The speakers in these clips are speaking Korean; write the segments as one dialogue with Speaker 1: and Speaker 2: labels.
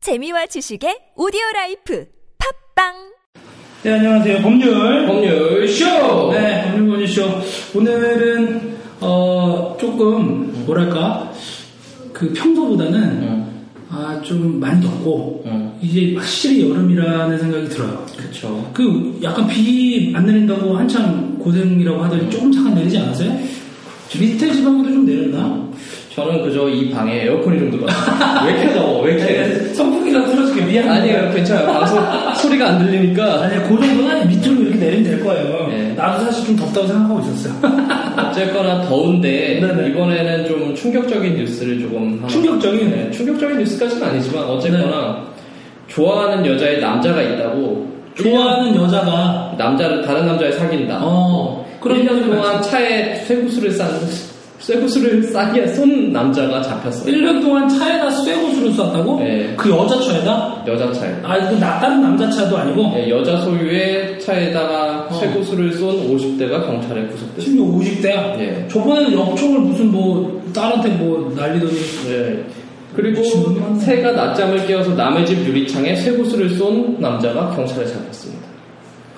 Speaker 1: 재미와 지식의 오디오 라이프 팝빵
Speaker 2: 네, 안녕하세요. 법률.
Speaker 3: 법률 쇼!
Speaker 2: 네, 법률 권유쇼. 오늘은, 어, 조금, 뭐랄까, 그 평소보다는,
Speaker 3: 응,
Speaker 2: 아, 좀 많이 덥고,
Speaker 3: 응.
Speaker 2: 이제 확실히 여름이라는 생각이 들어요.
Speaker 3: 그쵸.
Speaker 2: 그, 약간 비 안 내린다고 한참 고생이라고 하더니 조금 잠깐 내리지 않았어요? 밑에 지방도 좀 내렸나?
Speaker 3: 저는 그저 이 방에 에어컨이 좀 들어왔어요. 왜 이렇게 더워? 왜 이렇게.
Speaker 2: 선풍기라도 틀어줄게. 미안.
Speaker 3: 네. 아니에요, 괜찮아요. 방송 소리가 안 들리니까.
Speaker 2: 아니, 그 정도는 밑으로 이렇게 내리면 될 거예요.
Speaker 3: 네. 음.
Speaker 2: 나도 사실 좀 덥다고 생각하고 있었어요.
Speaker 3: 어쨌거나 더운데,
Speaker 2: 네네.
Speaker 3: 이번에는 좀 충격적인 뉴스를 조금. 하나-
Speaker 2: 충격적인?
Speaker 3: 네, 충격적인 뉴스까지는 아니지만, 어쨌거나, 네. 좋아하는 여자의 남자가 있다고.
Speaker 2: 좋아하는 여자가,
Speaker 3: 남자를, 다른 남자를 사귄다.
Speaker 2: 어, 그런
Speaker 3: 1년
Speaker 2: 경우가
Speaker 3: 동안 차에 쇠구슬을 싼, 쇠구슬을 싸게 쏜 남자가 잡혔어요.
Speaker 2: 1년 동안 차에다 쇠고수를 쐈다고?
Speaker 3: 네.
Speaker 2: 그 여자 차에다?
Speaker 3: 여자 차에.
Speaker 2: 아, 이거 나 다른 남자 차도 아니고?
Speaker 3: 예, 여자 소유의 차에다가
Speaker 2: 어.
Speaker 3: 쇠구슬을 쏜 50대가 경찰에 구속됐습니다.
Speaker 2: 심지어 50대야?
Speaker 3: 예.
Speaker 2: 저번에는 역총을 무슨 뭐, 딸한테 뭐 날리더니. 네.
Speaker 3: 예. 그리고
Speaker 2: 미친놈이네.
Speaker 3: 새가 낮잠을 깨워서 남의 집 유리창에 쇠구슬을 쏜 남자가 경찰에 잡혔습니다.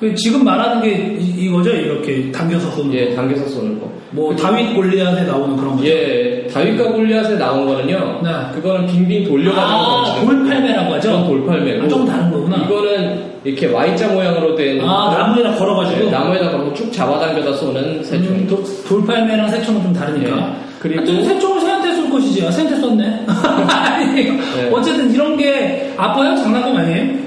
Speaker 2: 그 지금 말하는 게 이, 거죠 이렇게 당겨서 쏘는.
Speaker 3: 예, 당겨서 쏘는 거.
Speaker 2: 뭐, 다윗 골리앗에 나오는 그런 거죠?
Speaker 3: 예, 다윗과 골리앗에 나온 거는요.
Speaker 2: 네.
Speaker 3: 그거는 빙빙
Speaker 2: 아,
Speaker 3: 돌려가지고
Speaker 2: 돌팔매라고 하죠?
Speaker 3: 그건 돌팔매고.
Speaker 2: 아, 조금 다른 거구나.
Speaker 3: 이거는 이렇게 Y자 모양으로 된
Speaker 2: 아, 나무에다 걸어가지고?
Speaker 3: 예, 나무에다 걸고 쭉 잡아당겨다 쏘는 새총.
Speaker 2: 음, 도- 돌팔매랑 새총은 좀 아, 다르니까.
Speaker 3: 예. 그리고-
Speaker 2: 하여튼 새총을 새한테 쏠 것이지. 아, 새한테 쐈네. 아니,
Speaker 3: 네.
Speaker 2: 어쨌든 이런 게 아파요? 장난감 아니에요?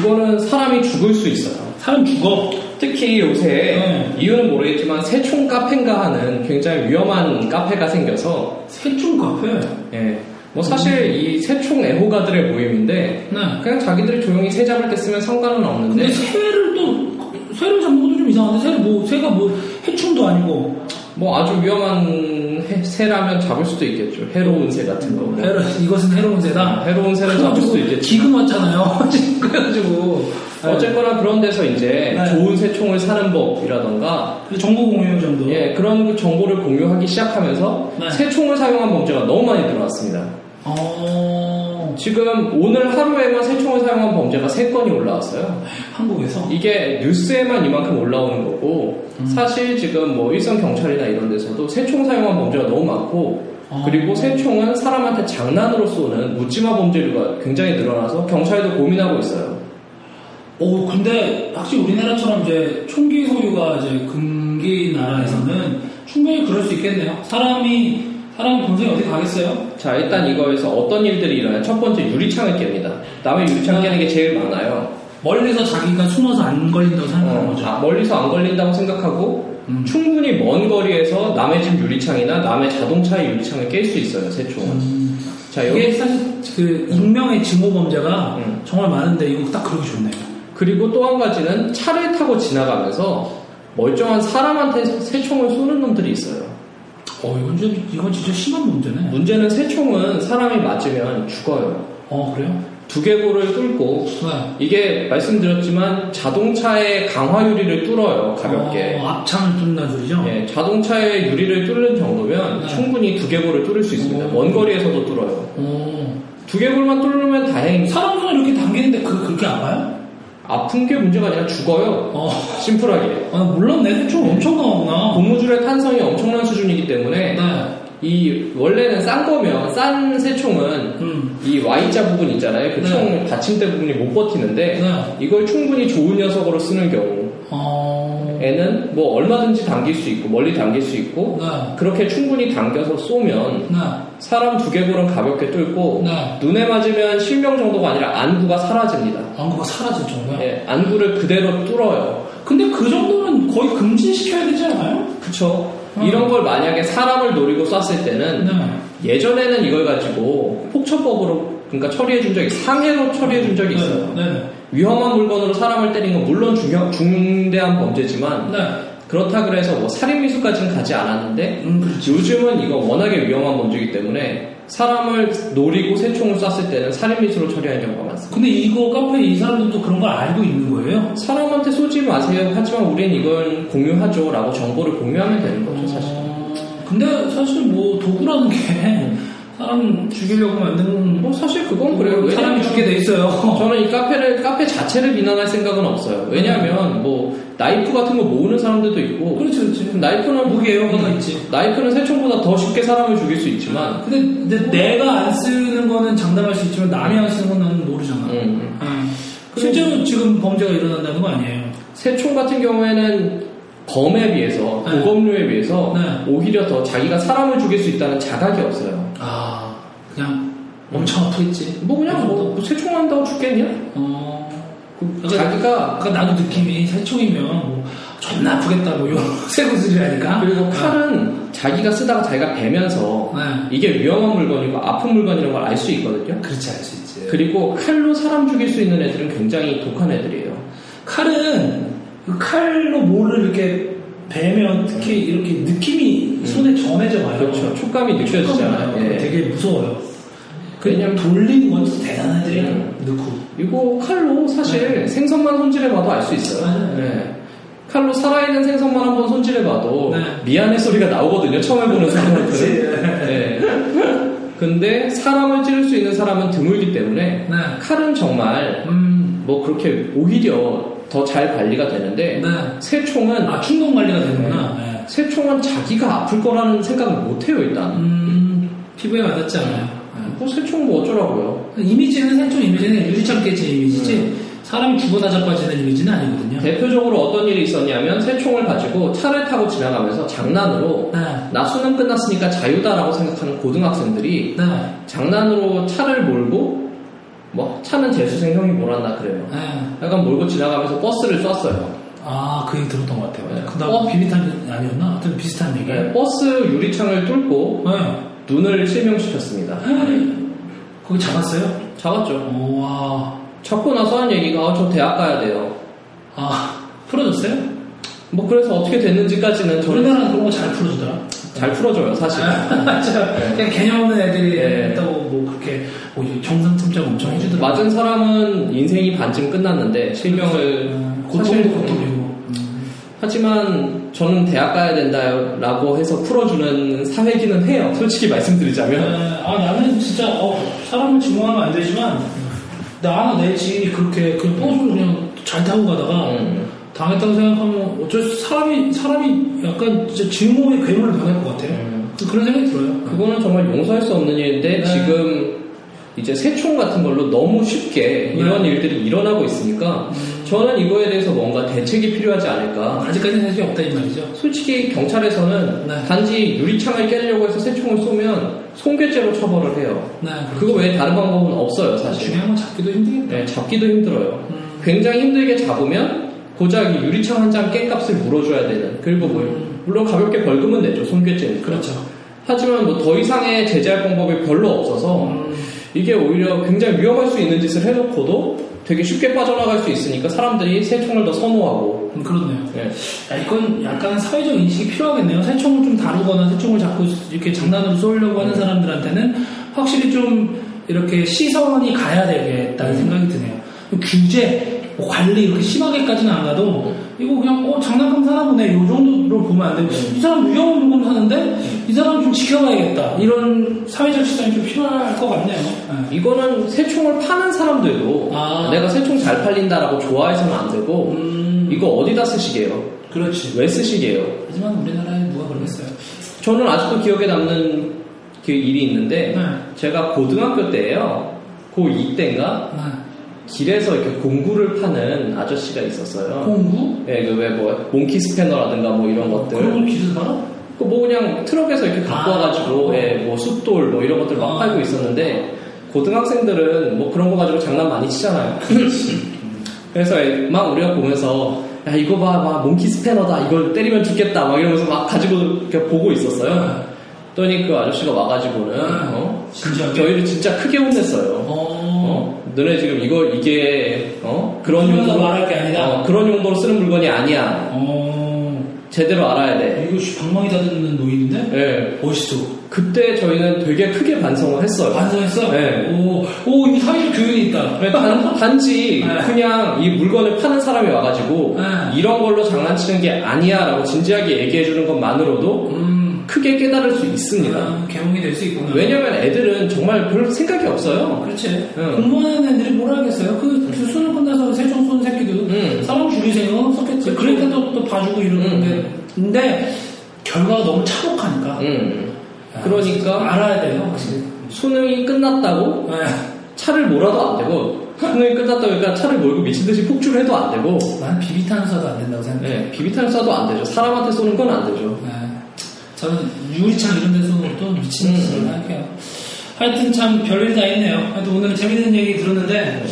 Speaker 3: 이거는 사람이 죽을 수 있어요.
Speaker 2: 사람 죽어.
Speaker 3: 특히 요새
Speaker 2: 네.
Speaker 3: 이유는 모르겠지만 새총 카페인가 하는 굉장히 위험한 카페가 생겨서
Speaker 2: 새총 카페.
Speaker 3: 예. 뭐
Speaker 2: 음.
Speaker 3: 사실 이 새총 애호가들의 모임인데
Speaker 2: 네.
Speaker 3: 그냥 자기들이 조용히 새 잡을 때 쓰면 상관은 없는데
Speaker 2: 근데 새를 또 새를 잡는 것도 좀 이상한데 새를 뭐 새가 뭐 해충도 아니고
Speaker 3: 뭐 아주 위험한 해- 새라면 잡을 수도 있겠죠 해로운 새 같은 거 뭐.
Speaker 2: 해로, 이것은 해로운 새다.
Speaker 3: 해로운 네. 새를 잡을 수도 있겠죠
Speaker 2: 기금 왔잖아요. 그래가지고
Speaker 3: 어쨌거나 그런 데서 이제
Speaker 2: 네.
Speaker 3: 좋은 새총을 사는 법이라던가
Speaker 2: 그 정보 공유 정도.
Speaker 3: 예, 그런 그 정보를 공유하기 시작하면서
Speaker 2: 네.
Speaker 3: 새총을 사용한 범죄가 너무 많이 들어왔습니다
Speaker 2: 어
Speaker 3: 지금 오늘 하루에만 새총을 사용한 범죄가 3건이 올라왔어요.
Speaker 2: 한국에서
Speaker 3: 이게 뉴스에만 이만큼 올라오는 거고 사실 지금 뭐 일선 경찰이나 이런 데서도 새총 사용한 범죄가 너무 많고
Speaker 2: 아.
Speaker 3: 그리고 새총은 사람한테 장난으로 쏘는 묻지마 범죄류가 굉장히 늘어나서 경찰도 고민하고 있어요.
Speaker 2: 오, 어, 근데 확실히 우리나라처럼 이제 총기 소유가 이제 금기 나라에서는 충분히 그럴 수 있겠네요. 사람이 사람이 본성이 어디 가겠어요?
Speaker 3: 자 일단 이거에서 어떤 일들이 일어나요? 첫 번째 유리창을 깹니다. 남의 유리창 깨는 게 제일 많아요.
Speaker 2: 멀리서 자기가 숨어서 안 걸린다고 생각하는
Speaker 3: 어,
Speaker 2: 거죠.
Speaker 3: 아, 멀리서 안 걸린다고 생각하고
Speaker 2: 음.
Speaker 3: 충분히 먼 거리에서 남의 집 유리창이나 남의 자동차의 유리창을 깰 수 있어요. 새총은. 자 여기
Speaker 2: 음. 이게 사실 그 익명의 증오 범죄가
Speaker 3: 음.
Speaker 2: 정말 많은데 이거 딱 그러기 좋네요.
Speaker 3: 그리고 또 한 가지는 차를 타고 지나가면서 멀쩡한 사람한테 새총을 쏘는 놈들이 있어요.
Speaker 2: 어, 이건 진짜, 이건 진짜 심한 문제네.
Speaker 3: 문제는 새총은 사람이 맞으면 죽어요.
Speaker 2: 어, 그래요?
Speaker 3: 두개골을 뚫고
Speaker 2: 네.
Speaker 3: 이게 말씀드렸지만 자동차의 강화유리를 뚫어요 가볍게.
Speaker 2: 어, 앞창을 뚫나 소리죠?
Speaker 3: 예, 자동차의 유리를 뚫는 정도면
Speaker 2: 아. 네.
Speaker 3: 충분히 두개골을 뚫을 수 있습니다.
Speaker 2: 오.
Speaker 3: 먼 거리에서도 뚫어요.
Speaker 2: 오.
Speaker 3: 두개골만 뚫으면 다행이죠.
Speaker 2: 사람 손에 이렇게 당기는데 그, 그렇게 아파요?
Speaker 3: 아픈 게 문제가 아니라 죽어요.
Speaker 2: 어.
Speaker 3: 심플하게.
Speaker 2: 아, 몰랐네. 대충 엄청 나왔구나.
Speaker 3: 고무줄의 탄성이 엄청난 수준이기 때문에
Speaker 2: 네.
Speaker 3: 이 원래는 싼 거면 싼 새총은
Speaker 2: 음.
Speaker 3: 이 Y자 부분 있잖아요. 그
Speaker 2: 네.
Speaker 3: 총 받침대 부분이 못 버티는데
Speaker 2: 네.
Speaker 3: 이걸 충분히 좋은 녀석으로 쓰는 경우에는
Speaker 2: 어.
Speaker 3: 뭐 얼마든지 당길 수 있고 멀리 당길 수 있고
Speaker 2: 네.
Speaker 3: 그렇게 충분히 당겨서 쏘면
Speaker 2: 네.
Speaker 3: 사람 두개골은 가볍게 뚫고
Speaker 2: 네.
Speaker 3: 눈에 맞으면 실명 정도가 아니라 안구가 사라집니다.
Speaker 2: 안구가 사라질 정도야.
Speaker 3: 예, 안구를 그대로 뚫어요.
Speaker 2: 근데 그 정도는 거의 금지시켜야 되지 않아요?
Speaker 3: 그쵸?
Speaker 2: 음.
Speaker 3: 이런 걸 만약에 사람을 노리고 쐈을 때는
Speaker 2: 네.
Speaker 3: 예전에는 이걸 가지고 폭처법으로 그러니까 처리해 준 적이 상해로 처리해 준 적이 있어요.
Speaker 2: 네. 네.
Speaker 3: 위험한 물건으로 사람을 때린 건 물론 중요, 중대한 범죄지만
Speaker 2: 네.
Speaker 3: 그렇다 그래서 뭐 살인 미수까지는 가지 않았는데
Speaker 2: 음, 그렇죠.
Speaker 3: 요즘은 이거 워낙에 위험한 범죄이기 때문에 사람을 노리고 새총을 쐈을 때는 살인 미수로 처리하는 경우가 많습니다.
Speaker 2: 근데 이거 카페 이사람들도 그런 걸 알고 있는 거예요?
Speaker 3: 사람한테 쏘지 마세요. 하지만 우린 이걸 공유하죠라고 정보를 공유하면 되는 거죠 사실.
Speaker 2: 어, 근데 사실 뭐 도구라는 게 사람 죽이려고 만든
Speaker 3: 뭐 사실 그건 그래요.
Speaker 2: 뭐 사람이
Speaker 3: 왜냐면
Speaker 2: 죽게 돼 있어요.
Speaker 3: 저는 이 카페를 카페 자체를 비난할 생각은 없어요. 왜냐하면 뭐 나이프 같은 거 모으는 사람들도 있고
Speaker 2: 그렇지, 그렇지.
Speaker 3: 나이프는 음,
Speaker 2: 무게요, 그거 있지.
Speaker 3: 나이프는 새총보다 더 쉽게 사람을 죽일 수 있지만
Speaker 2: 근데, 근데 내가 안 쓰는 거는 장담할 수 있지만 남이 안 쓰는 건 나는 모르잖아.
Speaker 3: 음, 음.
Speaker 2: 음. 실제로 지금 범죄가 일어난다는 거 아니에요.
Speaker 3: 새총 같은 경우에는 검에 비해서
Speaker 2: 네.
Speaker 3: 고검류에 비해서
Speaker 2: 네.
Speaker 3: 오히려 더 자기가 사람을 죽일 수 있다는 자각이 없어요.
Speaker 2: 아, 그냥 엄청 아프겠지.
Speaker 3: 뭐 그냥 뭐
Speaker 2: 그렇죠.
Speaker 3: 새총 한다고 죽겠냐?
Speaker 2: 어,
Speaker 3: 그
Speaker 2: 약간-
Speaker 3: 자기가
Speaker 2: 아까 나도 느낌이 살충이면 뭐 존나 아프겠다 뭐 이런 새구슬이라니까.
Speaker 3: 그리고 칼은 자기가 쓰다가 자기가 베면서
Speaker 2: 네.
Speaker 3: 이게 위험한 물건이고 아픈 물건이라는 걸 알 수 있거든요.
Speaker 2: 그렇지 알 수 있지.
Speaker 3: 그리고 칼로 사람 죽일 수 있는 애들은 굉장히 독한 애들이에요.
Speaker 2: 칼은 그 칼로 뭐를 이렇게 베면 특히 이렇게 느낌이 손에 전해져 와요.
Speaker 3: 그렇죠. 촉감이 느껴지잖아요.
Speaker 2: 촉감이 나요.
Speaker 3: 예.
Speaker 2: 되게 무서워요.
Speaker 3: 왜냐면-
Speaker 2: 그냥 돌리는 건 진짜 대단한 애들이
Speaker 3: 음.
Speaker 2: 예. 넣고.
Speaker 3: 이거 칼로 사실
Speaker 2: 네.
Speaker 3: 생선만 손질해봐도 알 수 있어요.
Speaker 2: 맞아요.
Speaker 3: 네. 칼로 살아있는 생선만 한번 손질해봐도
Speaker 2: 네.
Speaker 3: 미안해 소리가 나오거든요. 처음 해보는 사람들은.
Speaker 2: 네.
Speaker 3: 네. 근데 사람을 찌를 수 있는 사람은 드물기 때문에 칼은 정말
Speaker 2: 네. 음.
Speaker 3: 뭐 그렇게 오히려 더 잘 관리가 되는데
Speaker 2: 네.
Speaker 3: 새총은
Speaker 2: 아 충동 관리가 되는구나. 네.
Speaker 3: 새총은 자기가 아플 거라는 생각을 못 해요 일단.
Speaker 2: 음 피부에 와닿지 않아요. 네.
Speaker 3: 뭐 새총 뭐 어쩌라고요?
Speaker 2: 이미지는 생존 이미지는 유리창 깨진 이미지지 사람이 죽어다 자빠지는 이미지는 아니거든요.
Speaker 3: 대표적으로 어떤 일이 있었냐면 새총을 가지고 차를 타고 지나가면서 장난으로
Speaker 2: 네.
Speaker 3: 나 수능 끝났으니까 자유다라고 생각하는 고등학생들이
Speaker 2: 네.
Speaker 3: 장난으로 차를 몰고 뭐 차는 재수생 형이 몰았나 그래요.
Speaker 2: 네.
Speaker 3: 약간 몰고 지나가면서 버스를 쐈어요.
Speaker 2: 아, 그 얘기 들었던 것 같아요.
Speaker 3: 네.
Speaker 2: 그다음
Speaker 3: 어?
Speaker 2: 비비탄 아니었나? 하여튼 비슷한 얘기.
Speaker 3: 네, 버스 유리창을 뚫고
Speaker 2: 네.
Speaker 3: 눈을 실명시켰습니다.
Speaker 2: 거기 잡았어요?
Speaker 3: 잡았죠.
Speaker 2: 우와.
Speaker 3: 잡고 나서 한 얘기가 아, 저 대학 가야 돼요.
Speaker 2: 아, 풀어줬어요?
Speaker 3: 뭐 그래서 어떻게 됐는지까지는 저는
Speaker 2: 우리나라는 그런 거 잘 풀어주더라.
Speaker 3: 잘 풀어줘요 사실.
Speaker 2: 맞아. 그냥 개념 없는 애들이
Speaker 3: 네.
Speaker 2: 했다고 뭐 그렇게 뭐 정상 참작 엄청 해주더라.
Speaker 3: 맞은 사람은 인생이 반쯤 끝났는데 실명을
Speaker 2: 음,
Speaker 3: 사실-
Speaker 2: 고통도 고통이고. 음.
Speaker 3: 하지만 저는 대학 가야 된다라고 해서 풀어주는 사회기는 해요. 솔직히 말씀드리자면.
Speaker 2: 네, 아 나는 진짜 어, 사람을 증오하면 안 되지만 나나 내 지인이 그렇게 그냥 뻥소리 그냥 잘 타고 가다가
Speaker 3: 음,
Speaker 2: 당했다고 생각하면 어쩔 수 사람이 사람이 약간 진짜 증오의 괴물로 변할 것 같아요.
Speaker 3: 음.
Speaker 2: 그- 그런 생각이 들어요.
Speaker 3: 그거는 정말 용서할 수 없는 일인데
Speaker 2: 네.
Speaker 3: 지금 이제 새총 같은 걸로 너무 쉽게 이런
Speaker 2: 네.
Speaker 3: 일들이 일어나고 있으니까
Speaker 2: 음.
Speaker 3: 저는 이거에 대해서 뭔가 대책이 필요하지 않을까.
Speaker 2: 아직까지는 해결이 없다 이 말이죠.
Speaker 3: 솔직히 경찰에서는
Speaker 2: 네.
Speaker 3: 단지 유리창을 깨려고 해서 새총을 쏘면 손괴죄로 처벌을 해요.
Speaker 2: 네,
Speaker 3: 그거 외에 다른 방법은 없어요, 그렇죠, 사실.
Speaker 2: 중요한 건 잡기도 힘들겠다.
Speaker 3: 네, 잡기도 힘들어요.
Speaker 2: 음.
Speaker 3: 굉장히 힘들게 잡으면 고작 이 유리창 한 장 깽값을 물어줘야 되는 그리고 뭐
Speaker 2: 음.
Speaker 3: 물론 가볍게 벌금은 내죠 손괴죄니까
Speaker 2: 그렇죠.
Speaker 3: 하지만 뭐 더 이상의 제재할 방법이 별로 없어서
Speaker 2: 음,
Speaker 3: 이게 오히려 굉장히 위험할 수 있는 짓을 해놓고도 되게 쉽게 빠져나갈 수 있으니까 사람들이 새총을 더 선호하고
Speaker 2: 음, 그렇네요.
Speaker 3: 예.
Speaker 2: 야, 이건 약간 사회적 인식이 필요하겠네요. 새총을 좀 다루거나 새총을 자꾸 이렇게 장난으로 쏘려고 하는 사람들한테는 확실히 좀 이렇게 시선이 가야 되겠다는 생각이 드네요. 규제, 뭐 관리 이렇게 심하게까지는 안 가도 이거 그냥 어 장난감 사나 보네 요 정도로 보면 안 되고 이 사람 위험한 물건 사는데 이 사람 좀 지켜봐야겠다 이런 사회적 시선이 좀 필요할 것 같네요. 네.
Speaker 3: 이거는 새총을 파는 사람들도
Speaker 2: 아.
Speaker 3: 내가 새총 잘 팔린다라고 좋아해서는 안 되고
Speaker 2: 음,
Speaker 3: 이거 어디다 쓰시게요?
Speaker 2: 그렇지.
Speaker 3: 왜 쓰시게요?
Speaker 2: 하지만 우리나라에 누가 그러겠어요?
Speaker 3: 저는 아직도 기억에 남는 그 일이 있는데
Speaker 2: 네.
Speaker 3: 제가 고등학교 때예요. 고2 때인가
Speaker 2: 아,
Speaker 3: 길에서 이렇게 공구를 파는 아저씨가 있었어요.
Speaker 2: 공구?
Speaker 3: 예, 그왜뭐 몽키 스패너라든가 뭐 이런
Speaker 2: 그런
Speaker 3: 것들.
Speaker 2: 걸 기술 봐라?
Speaker 3: 그 뭐 그냥 트럭에서 이렇게 갖고
Speaker 2: 아.
Speaker 3: 와가지고 예, 뭐 숫돌 뭐 이런 것들 막
Speaker 2: 아.
Speaker 3: 팔고 있었는데 고등학생들은 뭐 그런 거 가지고 장난 많이 치잖아요. 그래서 막 우리가 보면서 야 이거 봐막 몽키 스패너다 이걸 때리면 죽겠다 막 이러면서 막 가지고 이렇게 보고 있었어요. 그랬더니 그 아저씨가 와가지고는 어?
Speaker 2: 진지하게?
Speaker 3: 저희를 진짜 크게 혼냈어요.
Speaker 2: 어,
Speaker 3: 어? 너네 지금 이거 이게 어? 그런
Speaker 2: 그러면서
Speaker 3: 용도로
Speaker 2: 말할 게 아니다.
Speaker 3: 어, 그런 용도로 쓰는 물건이 아니야.
Speaker 2: 어,
Speaker 3: 제대로 알아야 돼.
Speaker 2: 이거 씨, 방망이 다 듣는 노인인데?
Speaker 3: 예.
Speaker 2: 멋있어.
Speaker 3: 그때 저희는 되게 크게 반성을 했어요.
Speaker 2: 반성했어?
Speaker 3: 네.
Speaker 2: 오, 오, 이거 사회적 교육이 있다.
Speaker 3: 예, 단, 단지
Speaker 2: 네.
Speaker 3: 그냥 이 물건을 파는 사람이 와가지고
Speaker 2: 네.
Speaker 3: 이런 걸로 장난치는 게 아니야라고 진지하게 얘기해 주는 것만으로도
Speaker 2: 음,
Speaker 3: 크게 깨달을 수 있습니다.
Speaker 2: 아, 개몽이 될 수 있구나.
Speaker 3: 왜냐면 애들은 정말 별 생각이 없어요.
Speaker 2: 그렇지.
Speaker 3: 응.
Speaker 2: 네. 공부하는 애들이 뭘 알겠어요? 그, 그 수능 끝나서 세종 쏜 새끼도
Speaker 3: 응.
Speaker 2: 사람 죽이세요. 썼겠지. 그러니까 또, 또 봐주고 이러는데. 근데 결과가 너무 차곡하니까.
Speaker 3: 음.
Speaker 2: 야,
Speaker 3: 그러니까
Speaker 2: 알아야 돼요. 확실히.
Speaker 3: 수능이 끝났다고
Speaker 2: 아,
Speaker 3: 차를 몰아도 안 되고 수능이 끝났다고 그러니까 차를 몰고 미친 듯이 폭주를 해도 안 되고
Speaker 2: 난 비비탄 써도 안 된다고 생각해.
Speaker 3: 예, 비비탄을 쏴도 안 되죠. 사람한테 쏘는 건 안 되죠.
Speaker 2: 네. 저는 유리창 이런 데서 또 미친 짓을 할게요. 하여튼 참 별일 다 있네요. 하여튼 오늘 재밌는 얘기 들었는데,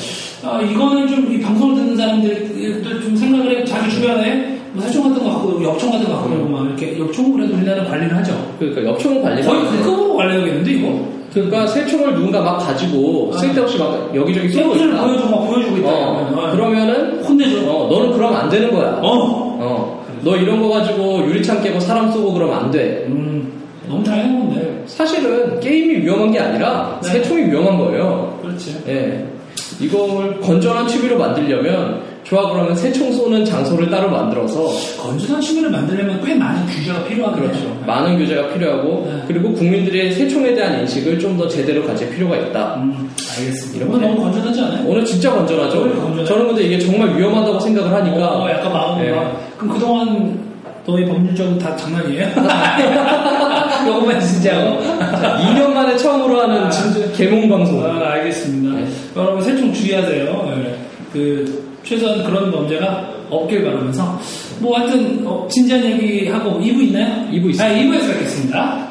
Speaker 2: 아, 이거는 좀 이 방송을 듣는 사람들도 좀 생각을 해요. 자기 주변에 뭐 세종 같은 거 갖고, 역총 같은 거 갖고, 이러고 막 이렇게 역총을 그래도 우리나라 관리를 하죠.
Speaker 3: 그러니까 역총 관리.
Speaker 2: 거의 그 급으로 관리하겠는데, 이거?
Speaker 3: 그러니까 새총을 누군가 막 가지고
Speaker 2: 아.
Speaker 3: 쓸데없이 막 여기저기 쏘고
Speaker 2: 소리를
Speaker 3: 있다.
Speaker 2: 보여주고 막 보여주고 있다. 이러면.
Speaker 3: 어,
Speaker 2: 어,
Speaker 3: 그러면은
Speaker 2: 혼내줘.
Speaker 3: 어, 너는 그럼 안 되는 거야.
Speaker 2: 어!
Speaker 3: 어, 너 이런 거 가지고 유리창 깨고 사람 쏘고 그러면 안 돼.
Speaker 2: 음, 너무 다양한 건데.
Speaker 3: 사실은 게임이 위험한 게 아니라
Speaker 2: 네.
Speaker 3: 새총이 위험한 거예요.
Speaker 2: 그렇지.
Speaker 3: 예. 이걸 건전한 취미로 만들려면 좋아 그러면 새총 쏘는 장소를 따로 만들어서
Speaker 2: 건전한 취미를 만들려면 꽤 많은 규제가 필요하거든요.
Speaker 3: 많은 규제가 필요하고
Speaker 2: 그렇죠. 네.
Speaker 3: 그리고 국민들의 새총에 대한 인식을 좀 더 제대로 가질 필요가 있다.
Speaker 2: 음, 알겠습니다.
Speaker 3: 이런
Speaker 2: 이거
Speaker 3: 거네.
Speaker 2: 너무 건전하지 않아요?
Speaker 3: 오늘 진짜 건전하죠.
Speaker 2: 오늘 건전해요.
Speaker 3: 저는 근데 이게 정말 위험하다고 생각을 하니까
Speaker 2: 어, 약간 마음이
Speaker 3: 예.
Speaker 2: 막, 그럼 그동안 너희 법률적으로 다 장난이에요? 이것만 진지하고?
Speaker 3: 2년 만에 처음으로 하는 진짜 개몽 방송.
Speaker 2: 아, 알겠습니다.
Speaker 3: 네.
Speaker 2: 여러분, 세총 주의하세요. 예. 그, 최소한 그런 범죄가 없길 바라면서. 뭐, 하여튼, 어, 진지한 얘기하고, 2부 있나요?
Speaker 3: 이부 있어요.
Speaker 2: 아, 2부에서 뵙겠습니다.